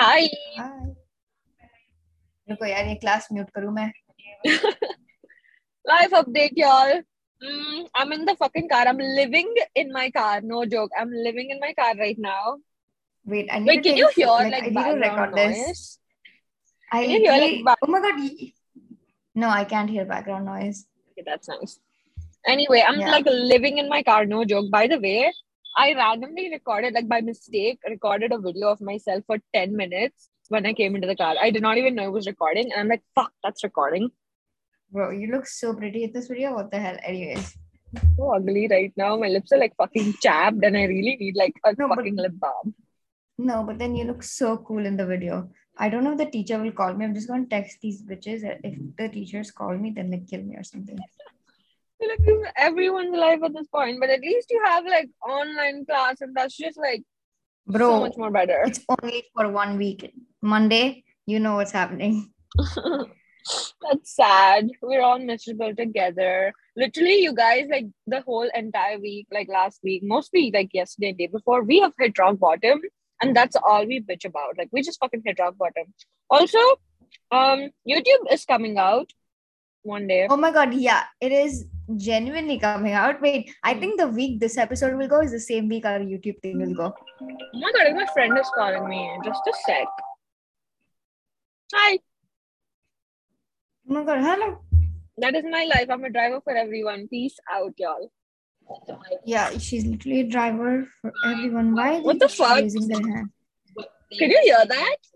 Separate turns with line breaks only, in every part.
हाय
hi रुको यार ये क्लास म्यूट करूं मैं
life update y'all mm, i'm in the fucking car i'm living in my car no joke i'm living in my car right now
wait I need
wait can
to take
you
a-
hear like
like, I need to
background
record this
noise
I
Can you hear, like,
wait,
back-
oh my god y- no I can't hear background noise
okay that's nice anyway i'm
Yeah.
like living in my car no joke by the way i randomly recorded like by mistake recorded a video of myself for 10 minutes when i came into the car i did not even know it was recording and i'm like fuck that's recording
bro you look so pretty in this video what the hell anyways
so ugly right now my lips are like fucking chapped and i really need like a
No, but-
fucking lip balm
no but then you look so cool in the video I don't know if the teacher will call me I'm just gonna text these bitches if the teachers call me then they kill me or something
like everyone's alive at this point but at least you have like online class and that's just like
bro
so much more better
it's only for one week Monday you know what's happening
that's sad we're all miserable together literally you guys like the whole entire week like last week mostly like yesterday and day before we have hit rock bottom and that's all we bitch about like we just fucking hit rock bottom also um youtube is coming out one day
Oh my god, yeah, it is genuinely coming out. Wait,
Hmm.
I think the week this episode will go is the same week our YouTube thing will go.
Oh my god, my friend is calling me. Just a sec. Hi,
Oh my god, hello.
that is my life. I'm a driver for everyone. Peace out, y'all.
Yeah, she's literally a driver for everyone. Why? are
What
they
the fuck?
Raising their hand.
Can you hear that?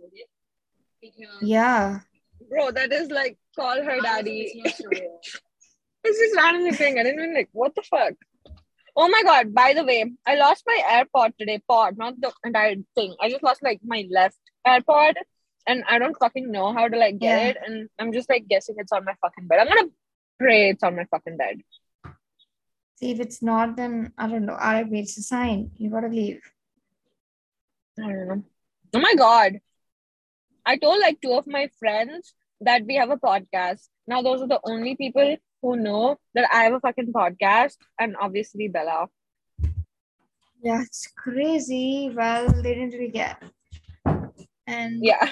Yeah.
Bro, that is like call her daddy. it's just randomly thing. I didn't even like what the fuck. Oh my god, by the way, I lost my AirPod today. Pod, not the entire thing. I just lost like my left AirPod and I don't fucking know how to like get
Yeah.
it. And I'm just like guessing it's on my fucking bed. I'm gonna pray it's on my fucking bed.
See if it's not, then I don't know. RIP, it's a sign. You gotta leave.
I don't know. Oh my god. I told like two of my friends that we have a podcast. Now those are the only people who know that I have a fucking podcast and obviously Bella.
Yeah, it's crazy. Well, they didn't really get. And
Yeah.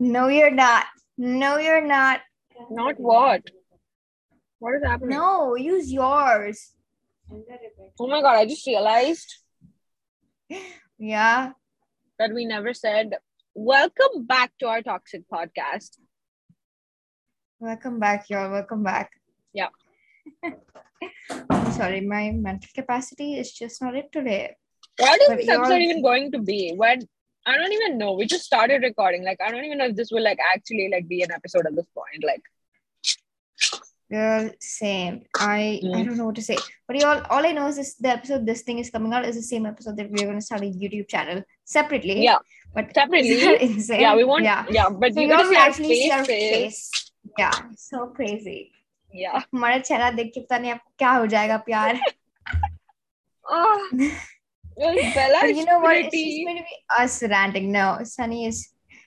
No, you're not. No, you're not.
Not what? What is happening?
No, use yours.
Oh my god, I just realized
Yeah.
that we never said welcome back to our toxic podcast.
Welcome back, y'all. Welcome back.
Yeah.
I'm sorry, my mental capacity is just not it today.
Why is
But
this
you're-
episode even going to be? When I don't even know. We just started recording. Like I don't even know if this will like actually like be an episode at this point. Like
Girl, same. I I
Mm.
don't know what to say. But y'all, all I know is this, the episode this thing is coming out is the same episode that we're gonna start a YouTube channel separately.
yeah,
But
separately.
Isn't that insane?
yeah, we won't. Yeah,
Yeah.
but
So
we
you all
gotta
will
see our
actually see our
faces.
face. Yeah. So crazy.
Yeah.
हमारा चेहरा देख के पता नहीं अब क्या हो जाएगा प्यार
Oh, Bella
Ah. But
is
you know what? It's just
pretty.
going to be us ranting. No, Sunny is.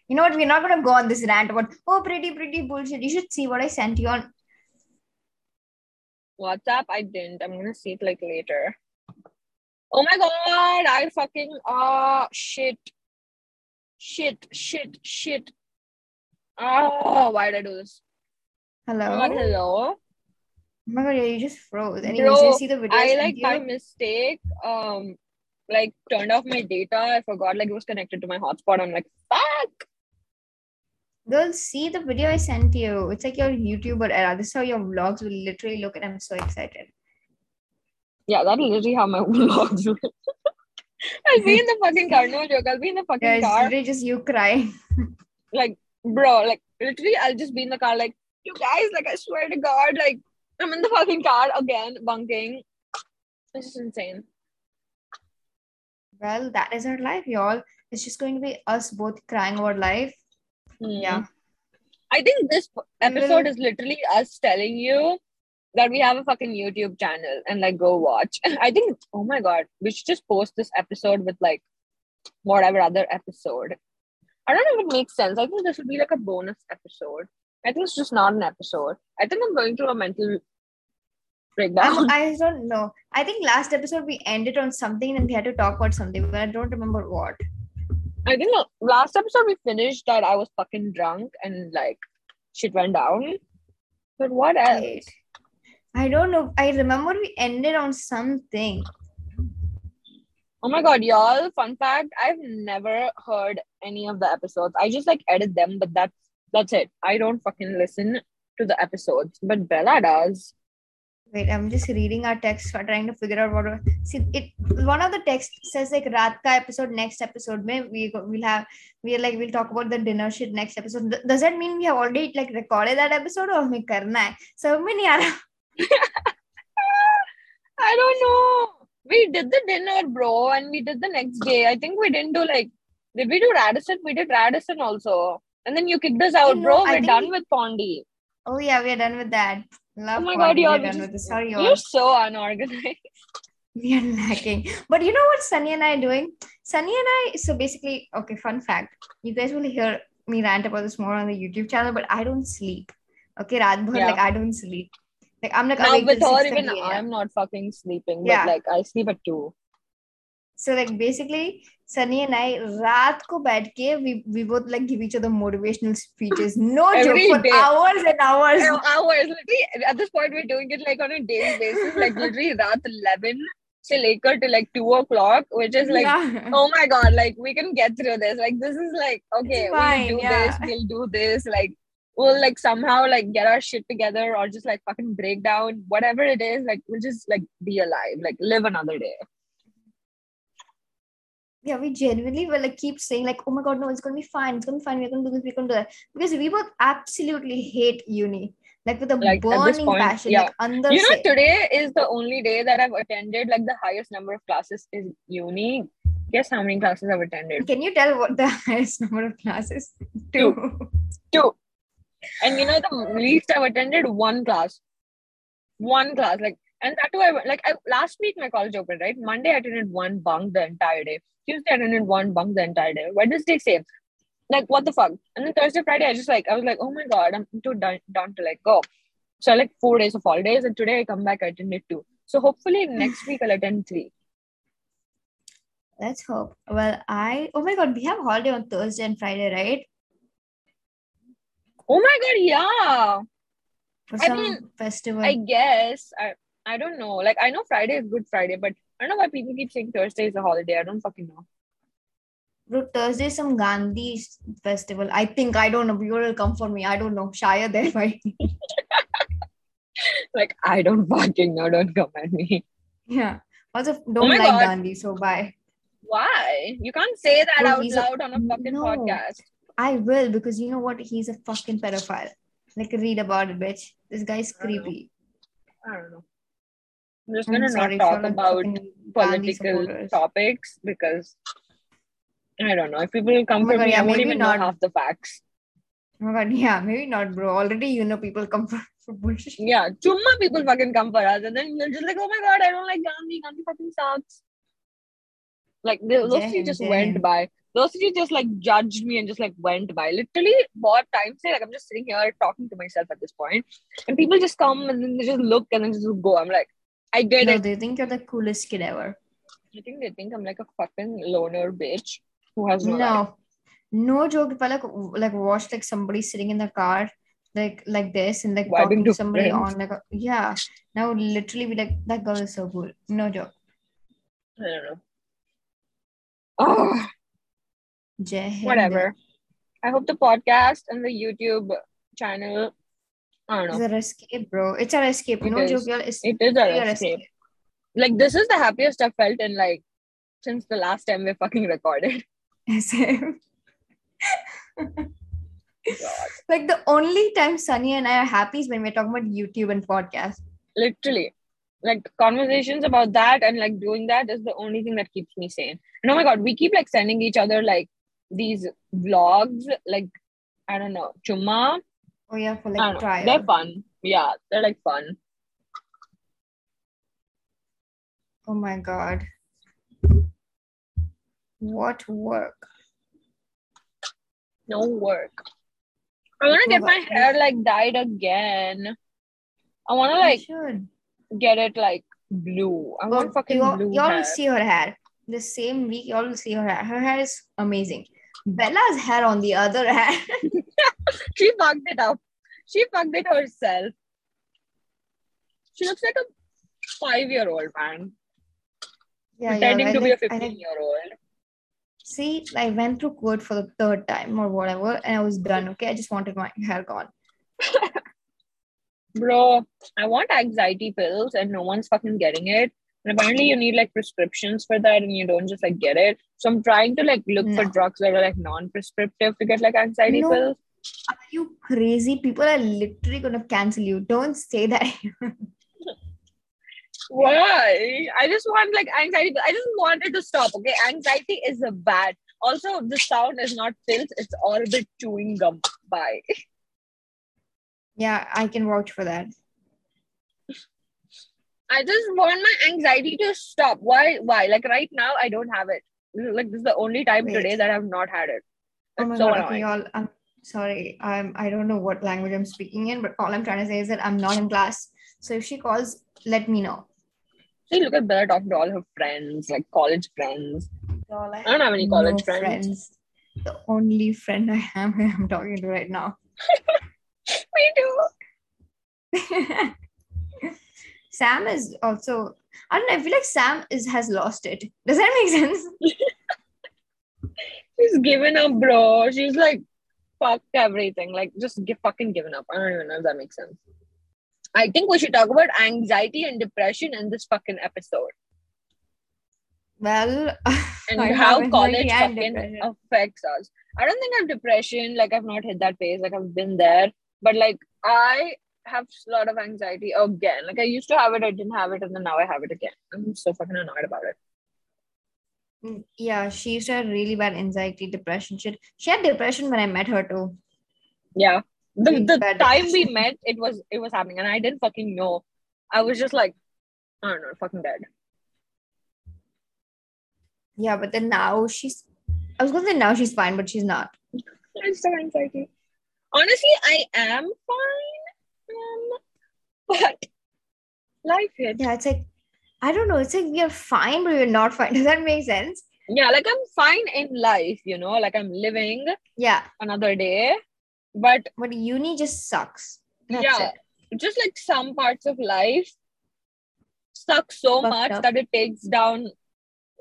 You know what? We're not going to go on this rant about oh pretty pretty bullshit. You should see what I sent you on.
WhatsApp. I didn't. I'm gonna see it like later. Oh my god! I fucking ah shit, shit, shit, shit. Oh, why did I do this?
Hello.
Oh my god,
Oh
hello.
my god, yeah, you just froze. Anyways,
Bro,
you see the video.
I like by mistake um like turned off my data. I forgot like it was connected to my hotspot. I'm like fuck.
Girl, see the video I sent you. It's like your YouTuber era. This is how your vlogs will literally look, and I'm so excited.
Yeah, that's literally how my vlogs look. I'll be in the fucking car. No joke. I'll be in the fucking
Yeah, it's
car.
literally just you crying.
Like, bro, like, literally, I'll just be in the car, like, you guys, like, I swear to God, like, I'm in the fucking car again, bunking. This is insane.
Well, that is our life, y'all. It's just going to be us both crying over life.
Hmm.
Yeah.
I think this p-
We
episode
will-
is literally us telling you that we have a fucking YouTube channel and, like, go watch. I think, oh my God, we should just post this episode with, like, whatever other episode. I don't know if it makes sense. I think this would be like a bonus episode. I think it's just not an episode. I think I'm going through a mental breakdown.
I'm, I don't know. I think last episode we ended on something and we had to talk about something, but I don't remember what.
I think the last episode we finished that I was fucking drunk and like shit went down. But what else?
Right. I don't know. I remember we ended on something.
Oh my god, y'all! Fun fact: I've never heard any of the episodes. I just like edit them, but that's that's it. I don't fucking listen to the episodes, but Bella does.
Wait, I'm just reading our text, for trying to figure out what. See, it one of the text says like Ratka episode, next episode, may we go- we'll have we're like we'll talk about the dinner shit next episode. Th- Does that mean we have already like recorded that episode or me karna hai? So many
I don't know. We did the dinner, bro, and we did the next day. I think we didn't do like did we do Radisson? We did Radisson also, and then you kicked us out,
No,
bro.
I
We're
think
done
we-
with Pondy.
Oh yeah, we are done with that. Love.
Oh my
Connie,
God, y'all,
we
we
are done with this. Sorry,
You're
y'all.
so unorganized.
We are lacking. But you know what Sunny and I are doing? Sunny and I, so basically, okay, fun fact. You guys will hear me rant about this more on the YouTube channel, but I don't sleep. Okay, Raat bhar,
Yeah.
like I don't sleep. Like I'm like
Now
awake
with
till
her,
6:30
even
a.m..
I'm not fucking sleeping.
Yeah.
But like I sleep at two.
So like basically, Sunny and I, रात को बैठ के we we both like give each other motivational speeches. No
Every
joke for
day.
hours and hours.
Hours, literally at this point we're doing it like on a daily basis, like literally रात 11 से लेकर to like two o'clock, which is like
Yeah.
oh my god, like we can get through this. Like this is like okay,
fine,
we'll do
yeah.
this, we'll do this, like we'll like somehow like get our shit together or just like fucking break down, whatever it is, like we'll just like be alive, like live another day.
yeah, we genuinely will like keep saying like, oh my god, no, it's gonna be fine, it's gonna be fine, we're gonna do this, we're gonna do that. Because we both absolutely hate uni, like with a
Like, at this
burning
point,
passion.
yeah.
Like under
you know today is the only day that i've attended like the highest number of classes is uni guess how many classes i've attended
can you tell what the highest number of classes?
Two.
Two.
two and you know the least i've attended one class one class like and that too i went- like I, last week my college opened right monday i attended one bunk the entire day tuesday i attended one bunk the entire day wednesday same like what the fuck and then thursday friday i just like i was like oh my god i'm too done, done to like go so I like four days of holidays and today i come back i attended two so hopefully next week i'll attend three
Let's hope. Well, I oh my god, we have holiday on Thursday and Friday, right?
Oh my god, yeah.
For
I
some
mean,
festival.
I guess. I I don't know. Like I know Friday is Good Friday, but I don't know why people keep saying Thursday is a holiday. I don't fucking know.
Bro, Thursday is some Gandhi festival. I think I don't know. You will come for me. I don't know. Shaya there, right?
Like I don't fucking know. Don't come at me.
yeah. Also, don't
Oh my
like
God.
Gandhi, so bye.
Why? You can't say that
Bro,
out
he's a-
loud on a fucking
No.
podcast.
I will because you know what? He's a fucking pedophile. Like, read about it, bitch. This guy's
I know.
creepy.
I don't know. I'm just
I'm
gonna
sorry
not
for
talk
the
about
fucking Gandhi
political
supporters.
topics because I don't know. If people come
Oh my
for
God,
me,
yeah,
I won't
maybe
even
not.
know half the facts.
Oh my god, yeah, maybe not, bro. Already, you know, people come for, for bullshit.
Yeah, chumma people fucking come for us, and then you're just like, oh my god, I don't like Gandhi. Gandhi fucking sucks. Like they, those
Jai
three
Hind,
just
Jai
went
Hind.
by. Those three just like judged me and just like went by. Literally, what time say? Like I'm just sitting here talking to myself at this point, and people just come and then they just look and then just go. I'm like, I get
No,
it.
they think you're the coolest kid ever.
I think they think I'm like a fucking loner bitch who has no. life.
No, no joke. If I like w- like watched like somebody sitting in the car like like this and like
Vibing
talking to
to
somebody
friends.
on like a, yeah, and I would literally be like that girl is so cool. No joke.
I don't know. Oh,
Jai Hind.
whatever. I hope the podcast and the YouTube channel. I don't know.
It's our escape, bro. It's our escape. You
It
know,
is.
joke, y'all. It's
It is our
really our
escape. Like this is the happiest I've felt in like since the last time we fucking recorded.
escape.
God.
like the only time Sunny and I are happy is when we're talking about YouTube and podcast.
Literally. Like conversations about that and like doing that is the only thing that keeps me sane. And oh my god, we keep like sending each other like these vlogs, like I don't know, chumma.
Oh yeah, for
I
like
don't know. They're
trial.
fun. Yeah, they're like fun.
Oh my god. What work?
No work. I wanna get my
Wow.
hair like dyed again. I wanna
You
like
should.
get it like blue. I want fucking
you all,
blue.
you all
hair.
will see her hair. The same week, you all will see her hair. Her hair is amazing. Bella's hair, on the other hand,
She fucked it up. She fucked it herself. She looks like a five year old man.
yeah, you're
pretending
right.
to be a
Like, I
15
like-
year old.
See, I went through court for the third time or whatever, and I was done. Okay, I just wanted my hair gone.
Bro, I want anxiety pills and no one's fucking getting it. And apparently you need like prescriptions for that and you don't just like get it. So I'm trying to like look for
No.
drugs that are like non-prescriptive to get like anxiety
No.
pills.
Are you crazy? People are literally gonna cancel you. Don't say that.
Why? I just want like anxiety. I just want it to stop. Okay, anxiety is a bad. Also, the sound is not pills; it's orbit chewing gum. Bye.
yeah, I can vouch for that.
I just want my anxiety to stop. Why? Why? Like right now, I don't have it. Like this is the only time
Wait.
today that I've not had it.
Oh
It's
my
so
god, okay,
annoying.
y'all. I'm sorry. I'm I don't know what language I'm speaking in, but all I'm trying to say is that I'm not in class. So if she calls, let me know.
See, look at Bella talking to all her friends, like college friends.
Y'all,
I don't have any
no
college friends.
The only friend I have I'm talking to right now.
Me too.
Sam is also I don't know, I feel like Sam is has lost it. Does that make sense?
She's given up, bro. She's like, fuck everything. Like, just give, fucking given up. I don't even know if that makes sense. I think we should talk about anxiety and depression in this fucking episode
Well
and
I have
how
anxiety
college
and
fucking
depression.
affects us. I don't think I have depression. Like, I've not hit that phase. Like, I've been there. But, like, I have a lot of anxiety again. Like, I used to have it, I didn't have it, and then now I have it again. I'm so fucking annoyed about it.
Mm, yeah, she used to have really bad anxiety, depression shit. She had depression when I met her too.
Yeah. The,
Really
the
bad
time we
depression.
met, it was it was happening, and I didn't fucking know. I was just like, I don't know, fucking dead.
Yeah, but then now she's I was gonna say now she's fine, but she's not.
I'm so anxiety. Honestly, I am fine, um, but life hit.
Yeah, it's like I don't know, it's like we are fine, but we're not fine. Does that make sense?
Yeah, like I'm fine in life, you know, like I'm living
Yeah,
another day, but
but uni just sucks. That's
yeah,
it.
just like some parts of life suck so
Fucked
much
up.
that it takes down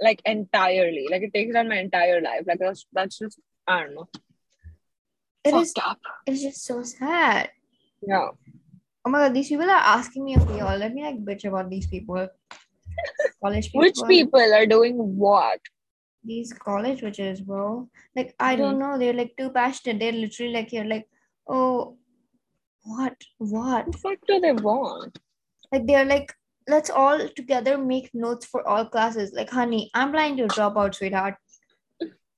like entirely, like it takes down my entire life. Like that's that's just I don't know.
It is
fucked up.
it's just so sad.
Yeah.
Oh my god, these people are asking me okay, all let me like bitch about these people. College people.
Which people are doing what?
These college witches, bro. Like, I
Hmm.
don't know. They're like too passionate. They're literally like you're like, oh what? What?
What the fuck do they want?
Like they're like, let's all together make notes for all classes. Like, honey, I'm planning to drop out, sweetheart.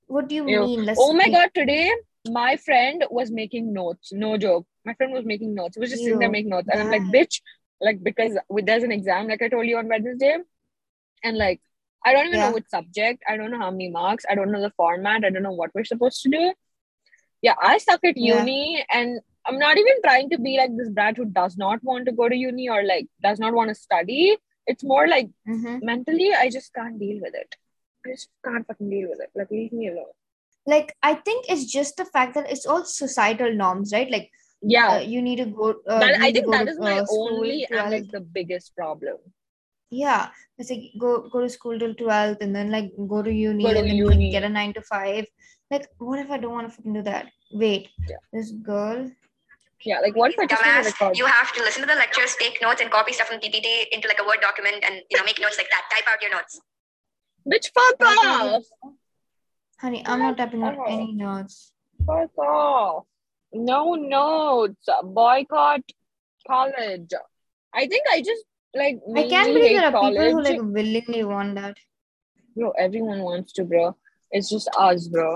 What do you
Ew.
mean? Let's
Oh my
make-
god, today my friend was making notes. No joke. My friend was making notes. He was just sitting there
Ew,
making notes. And I'm like,
bad.
bitch, like because with- there's an exam, like I told you on Wednesday. And like I don't even know
Yeah.
which subject. I don't know how many marks. I don't know the format. I don't know what we're supposed to do. Yeah, I suck at
Yeah.
uni and I'm not even trying to be like this brat who does not want to go to uni or like does not want to study. It's more like
Mhm.
mentally i just can't deal with it i just can't fucking deal with it like leave me alone
Like, I think it's just the fact that it's all societal norms, right? Like
yeah
uh, you need to go. Uh, you
that,
need
i
to
think
go
that
to,
is my
uh, school
only
till
and like
12th.
the biggest problem
Yeah, it's like go go to school till 12th and then like go to uni
Go to
and then like,
uni.
get a nine to five. Like, what if I don't want to fucking do that? Wait,
Yeah.
this girl.
yeah like what if i just want to record
Dumbass, you have to listen to the lectures, take notes, and copy stuff from PPT into like a Word document, and you know make notes like that. Type out your notes.
bitch fuck
Why can't you-
off
Honey, I'm not typing out
Oh.
any notes.
fuck off no notes boycott college i think i just like
I can't
mainly
believe
hate
there are people who
college.
like willingly want that.
bro everyone wants to bro it's just us bro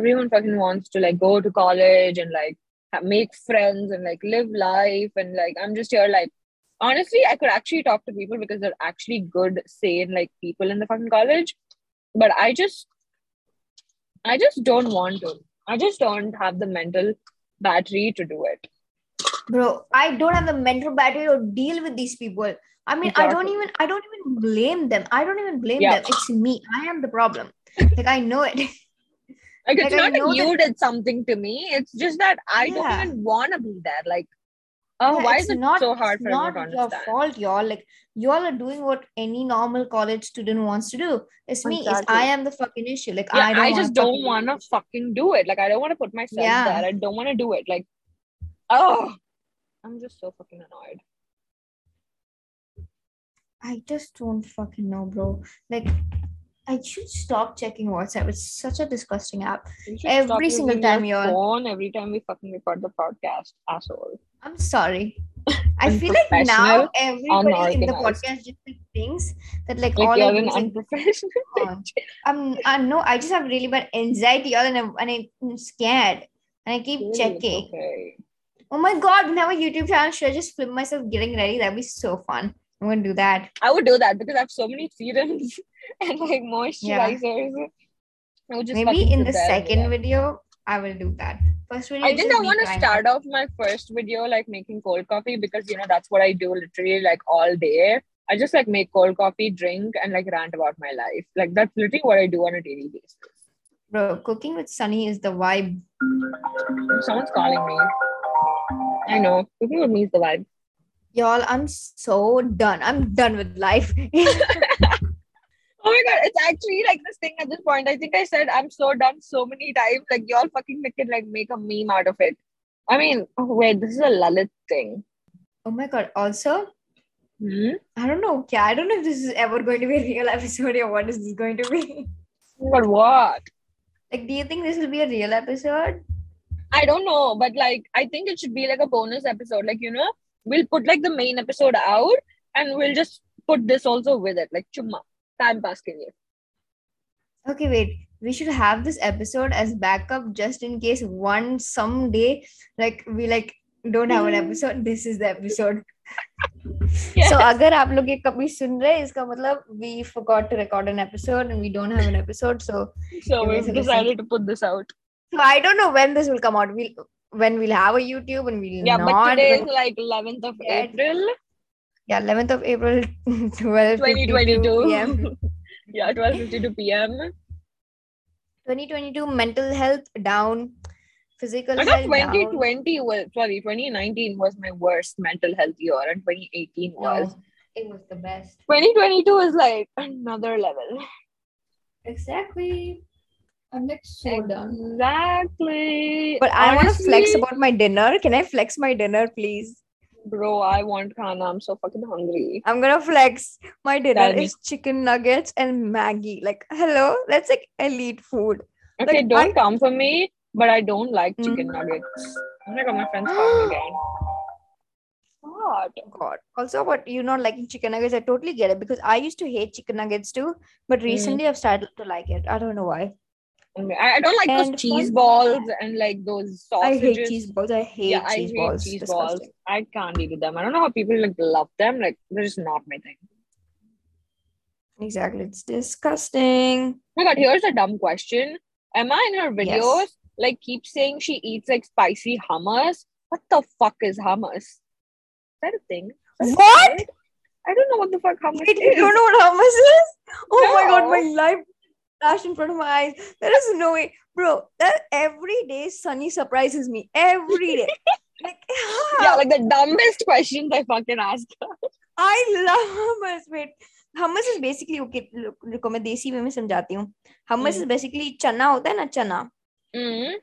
everyone fucking wants to like go to college and like ha- make friends and like live life and like i'm just here like honestly i could actually talk to people because they're actually good sane like people in the fucking college but i just i just don't want to i just don't have the mental battery to do it
Bro, I don't have the mental battery to deal with these people. I mean, I don't
Exactly.
even I don't even blame them. I don't even blame
Yeah.
them. It's me. I am the problem. Like I know it.
Like it's
Like, I
not that
know
you
that-
did something to me. It's just that I
Yeah.
don't even want to be there. Like, oh,
Yeah,
why
it's
is it
not-
so hard
it's
for
not
everyone to
your
understand?
fault, y'all. Like y'all are doing what any normal college student wants to do. It's me. It's
Exactly.
I am the fucking issue. Like
Yeah,
I
I,
don't. wanna
just don't
fucking do
want to
this.
fucking do it. Like, I don't want to put myself
Yeah.
there. I don't want to do it. Like, oh, I'm just so fucking annoyed.
I just don't fucking know, bro. Like I should stop checking WhatsApp. It's such a disgusting app.
You should stop
Every single
using your
time you're-
phone every time we fucking record the podcast, asshole.
I'm sorry. I feel like now everybody in the
unorganized.
podcast just like thinks that like,
Like
all Oh,
you're
I
an
do is like,
unprofessional.
on. I'm, I know I just have really bad anxiety, y'all, and I'm, and I'm scared. And I keep
Dude, it's
checking.
Okay.
Oh my god, when I have a YouTube channel, should I just film myself getting ready? That'd be so fun. I'm gonna do that.
I would do that because I have so many serums and like moisturizers. I would just
Maybe
fucking
in
sit
the
there and do
second
that.
video, I will do that. First video,
I
is
think
just
I
me
want to
trying
start off my first video like making cold coffee because you know that's what I do literally like all day. I just like make cold coffee, drink, and like rant about my life. Like that's literally what I do on a daily basis.
Bro, cooking with Sunny is the vibe.
Someone's calling me. I know. Cooking with me is the vibe.
Y'all, I'm so done. I'm done with life.
Oh my god, it's actually like this thing at this point. I think I said I'm so done so many times. Like y'all fucking can like make a meme out of it. I mean, oh, wait, this is a Lalit thing.
oh my god. Also,
Hmm?
I don't know. Yeah, I don't know if this is ever going to be a real episode or what is this going to be.
But what?
Like, do you think this will be a real episode?
I don't know, but like I think it should be like a bonus episode. Like, you know, we'll put like the main episode out and we'll just put this also with it. Like chumma. Time pass ke liye.
Okay, wait. We should have this episode as backup just in case one someday, like we like don't have an
Hmm.
episode. This is the episode. So अगर आप लोग ये कभी सुन रहे हैं, इसका मतलब we forgot to record an episode and we don't have an episode. So
So
You guys
we've
are
decided to put this out.
so I don't know when this will come out. We'll when we'll have a YouTube and we'll
Yeah,
not.
but today is
when-
like 11th of
Yeah.
April,
yeah, 11th of April, 12
2022.
PM.
yeah, 12:52 p.m.
2022 mental health down, physical
I thought
health down.
2020 was sorry, 2019 was my worst mental health year, and 2018 was.
No, it was the best.
2022 is like another level.
Exactly. I'm like so done.
Exactly.
But I want to flex
Honestly,
about my dinner. Can I flex my dinner, please?
Bro, I want khana. I'm so fucking hungry.
I'm gonna flex. My dinner
Tell me.
is chicken nuggets and Maggie. Like, hello, that's like elite food.
Okay,
Like,
don't
I-
come for me, but I don't like
Mm.
chicken nuggets. Oh my god, my friends called me again. God.
Oh, God. Also, what you not liking chicken nuggets, I totally get it because I used to hate chicken nuggets too, but
Mm.
recently I've started to like it. I don't know why.
Okay, I, I don't like
And
those cheese
fun-
balls and like those sausages.
I hate cheese balls. I hate
yeah, I
cheese
hate
balls.
cheese
Disgusting.
balls. I can't eat them. I don't know how people like love them. Like they're just not my thing.
Exactly. It's disgusting.
Oh my god, here's a dumb question. Emma in her
Yes.
videos like keeps saying she eats like spicy hummus. What the fuck is hummus? Is that a thing? Is that a
What?
word? I don't know what the fuck hummus
Wait,
is.
you don't know what hummus is? Oh my god, my
No.
life flashed in front of my eyes. There is no way, bro. That every day Sunny surprises me every day. like,
yeah, like the dumbest questions I fucking ask.
I love hummus. Wait, hummus is basically okay. Look, look मैं देसी वे में समझाती हूँ. Hummus
Hmm.
is basically चना होता है ना चना. Mm-hmm.
Mm.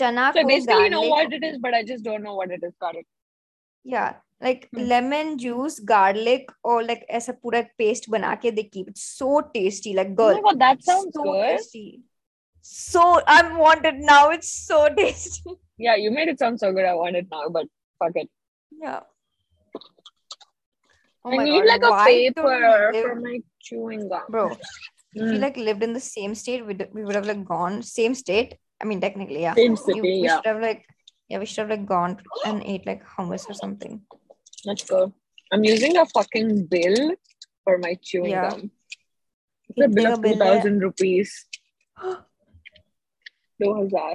चना
So I
को
basically know
garlic-
what it is, but I just don't know what it is. Got it.
Yeah, like
Hmm.
lemon juice, garlic, और like ऐसा पूरा paste बना के they keep. It's so tasty, like
Oh my
girl.
god, that sounds
so
good.
tasty. So I'm wanted now. It's so tasty.
Yeah, you made it sound so good. I want it now, but fuck it.
Yeah. Oh
I
my
need
God,
like a
why don't we
paper
live-
for my chewing gum.
Bro, if we
Mm.
like lived in the same state, we we would have like gone same state. I mean, technically, yeah.
Same
You-
city,
we
yeah.
should have like yeah, we should have like gone and ate like hummus or something.
Let's go. I'm using a fucking bill for my chewing
Yeah.
gum. It's a
Kitne
bill
ka
of
bill
two
hai?
thousand rupees. Two hazar.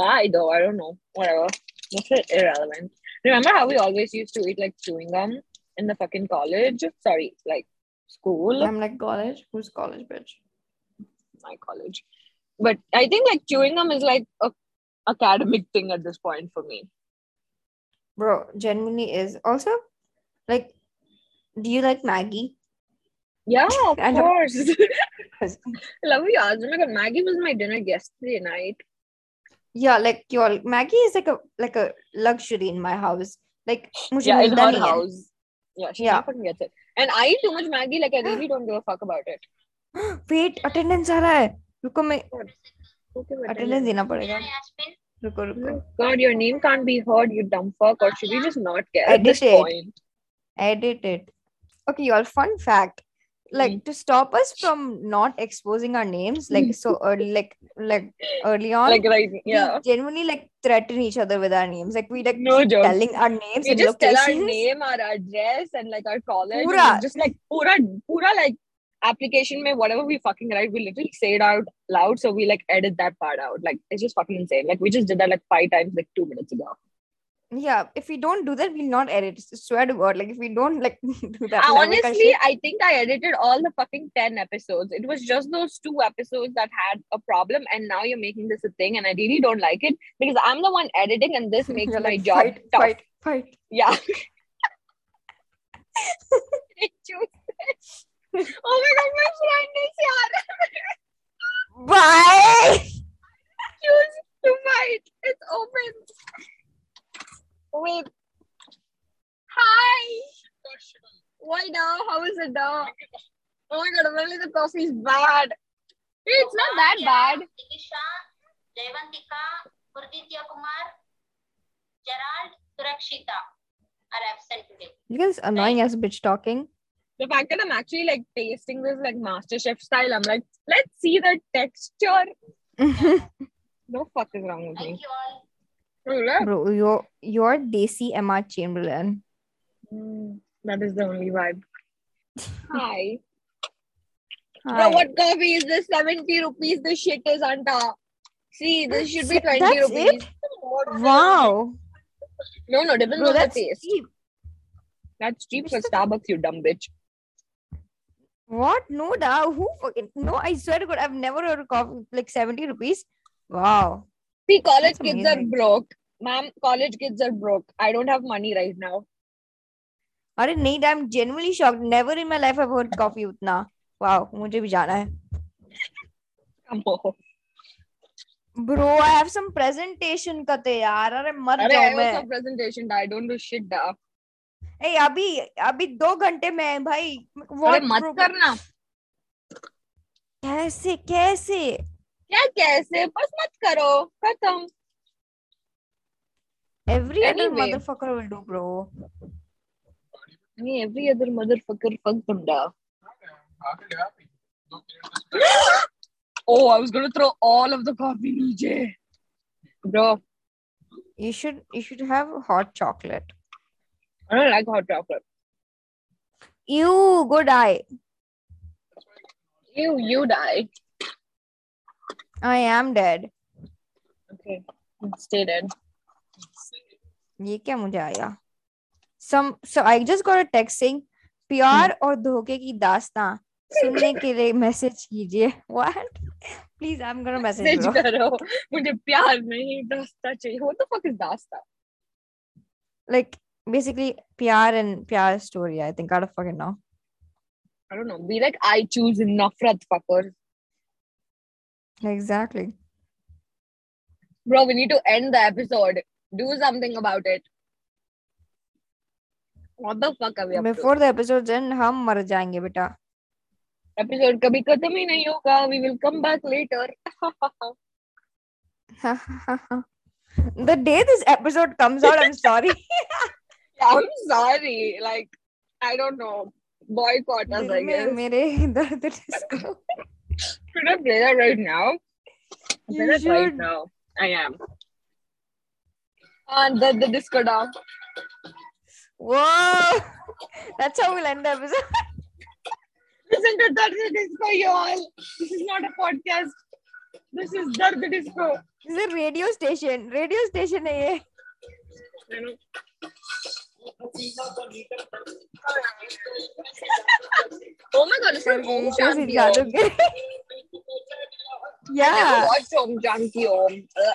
Why though? I don't know. Whatever. That's irrelevant. Remember how we always used to eat like chewing gum in the fucking college? Sorry, like school,
I'm like college. Who's college, bitch?
my college. But I think like chewing gum is like a academic thing at this point for me.
Bro, genuinely is also like. Do you like Maggie?
Yeah, of
I know.
course.
Cause-
Love you, asked. Oh my god, Maggie was my dinner yesterday night.
Yeah, like your Maggie is like a like a luxury in my house. Like मुझे
yeah, in
मिलता
her
नहीं है.
house. Yeah, she
Yeah.
fucking gets it. And I eat too much Maggie, like I really don't give a fuck about it.
Wait attendance आ रहा है रुको मैं
Okay, but
attendance देना पड़ेगा
Aspen?
रुको रुको
Mm. God, your name can't be heard, you dumb fuck, or should we just not care
I
at this
did it.
point?
edit it okay your fun fact
Hmm.
like to stop us from not exposing our names like so early like like early on
Like, right, yeah.
we genuinely like threaten each other with our names like we like
No joke.
telling our names
we
and
just tell our
locations.
name, our address, and like our college.
Pura.
and Just like pura, pura like application mein whatever we fucking write, we literally say it out loud. So we like edit that part out. Like it's just fucking insane. Like we just did that like five times like two minutes ago.
yeah if we don't do that we'll not edit swear to god like if we don't like do that
I,
level kind of
honestly,
shit,
I think I edited all the fucking ten episodes. It was just those two episodes that had a problem, and now you're making this a thing, and I really don't like it because I'm the one editing, and this makes
you're
my
like
job
fight
tough.
fight fight
Yeah. Juices. oh my god, my friend is here.
bye
Choose to fight. It's open. Wait. Hi. Why now? How is it now? Oh my god, apparently the coffee is bad. Hey, It's not that bad.
Tikisha, Devantika, Purditya Kumar, Gerald, Surakshita are absent today.
you guys annoying as bitch talking
The fact that I'm actually like tasting this like MasterChef style, I'm like, let's see the texture. No fuck is wrong with
Thank
me.
you all.
Look.
bro you're you're desi mr chamberlain
Mm, that is the only vibe. Hi.
Hi.
Bro, what coffee is this? 70 rupees. This shit is on top. See, this should be 20
That's
rupees.
it? Wow.
No, no, depends
Bro,
on the
that's
taste.
cheap.
That's cheap for Starbucks, you dumb bitch.
What? No, da. Who fucking. No, I swear to God, I've never heard of coffee like 70 rupees. Wow.
See, college
That's
kids are
amazing.
broke. Ma'am, college kids are broke. I don't have money right now.
I didn't need I'm genuinely shocked. Never in my life I've heard coffee utna. Wow. मुझे भी जाना है.
Come on.
Bro, I have some presentation kate यार. अरे मर
अरे,
जाऊं
I
मैं.
also presentation. I don't do shit. Da.
Hey, अभी अभी दो घंटे में है भाई.
अरे,
What?
मत
bro-
करना.
कैसे कैसे?
क्या कैसे? बस मत करो. खत्म.
Every other
Anyway.
motherfucker will do, bro.
Me, every other motherfucker, fuck them, da. oh, I was gonna throw all of the coffee, Nijay. Bro,
You should you should have hot chocolate.
I don't like hot chocolate.
You go die.
You, you die.
I am dead.
Okay, stay dead.
ये क्या मुझे आया some so i just got a text saying प्यार और धोखे की दास्तां सुनने के लिए मैसेज कीजिए what please i'm gonna
Sage
message bro
karo. मुझे प्यार नहीं दास्ता चाहिए. What the fuck is Dastaan?
like basically प्यार and प्यार story i think i don't fucking know
I don't know. Be like, I choose nafrat, fucker.
exactly
Bro, we need to end the episode. Do something about it. What the fuck are we up to?
before the episodes end हम मर जाएंगे बेटा
episode कभी खत्म ही नहीं होगा we will come back later
the day this episode comes out i'm sorry
I am sorry like I don't know boycott us i
दिल
guess
में मेरे दर्द disco
should i play that right now
You
play that right
should.
now i am on the, the disco dog
whoa that's how we'll end the episode
listen to dard disco you all this is not a podcast this is dard disco
this is a radio station radio station है ये
you know Oh my god, it's from Om Shanti Om. Never
yeah.
watched Om Shanti Om. Uh,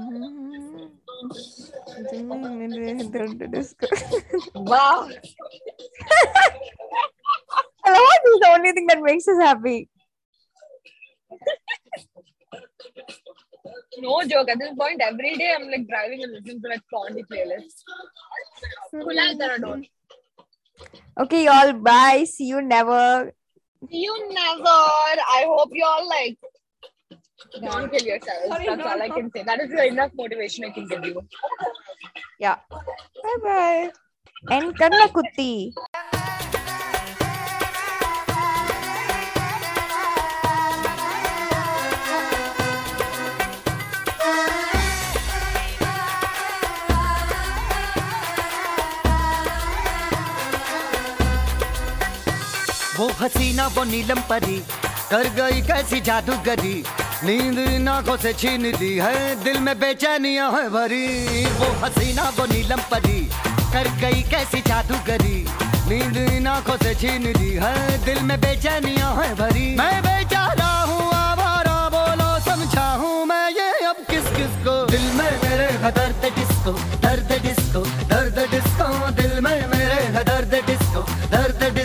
Ugh.
Hello,
Wow.
what is the only thing that makes us happy?
No joke. At this point, every day I'm like driving and listening to like Pondy playlist. Kulal Dharadon.
Okay, y'all. Bye. See you never.
You never. I hope you all like don't kill yourselves. That's all I can say. That is enough motivation I can give you.
Bye bye. And Karna Kutti.
वो हसीना वो नीलम परी कर गई कैसी जादूगरी नींद इन आंखों से छीन ली है दिल में बेचैनियां है भरी वो हसीना वो नीलम परी कर गई कैसी जादूगरी नींद इन आंखों से छीन ली है दिल में बेचैनियां है भरी मैं बेचारा हूँ आवारा बोलो समझा हूँ मैं ये अब किस किस को दिल में मेरे है दर्द डिस्को दर्द डिस्को दर्द डिस्को दिल में मेरे है दर्द डिस्को दर्द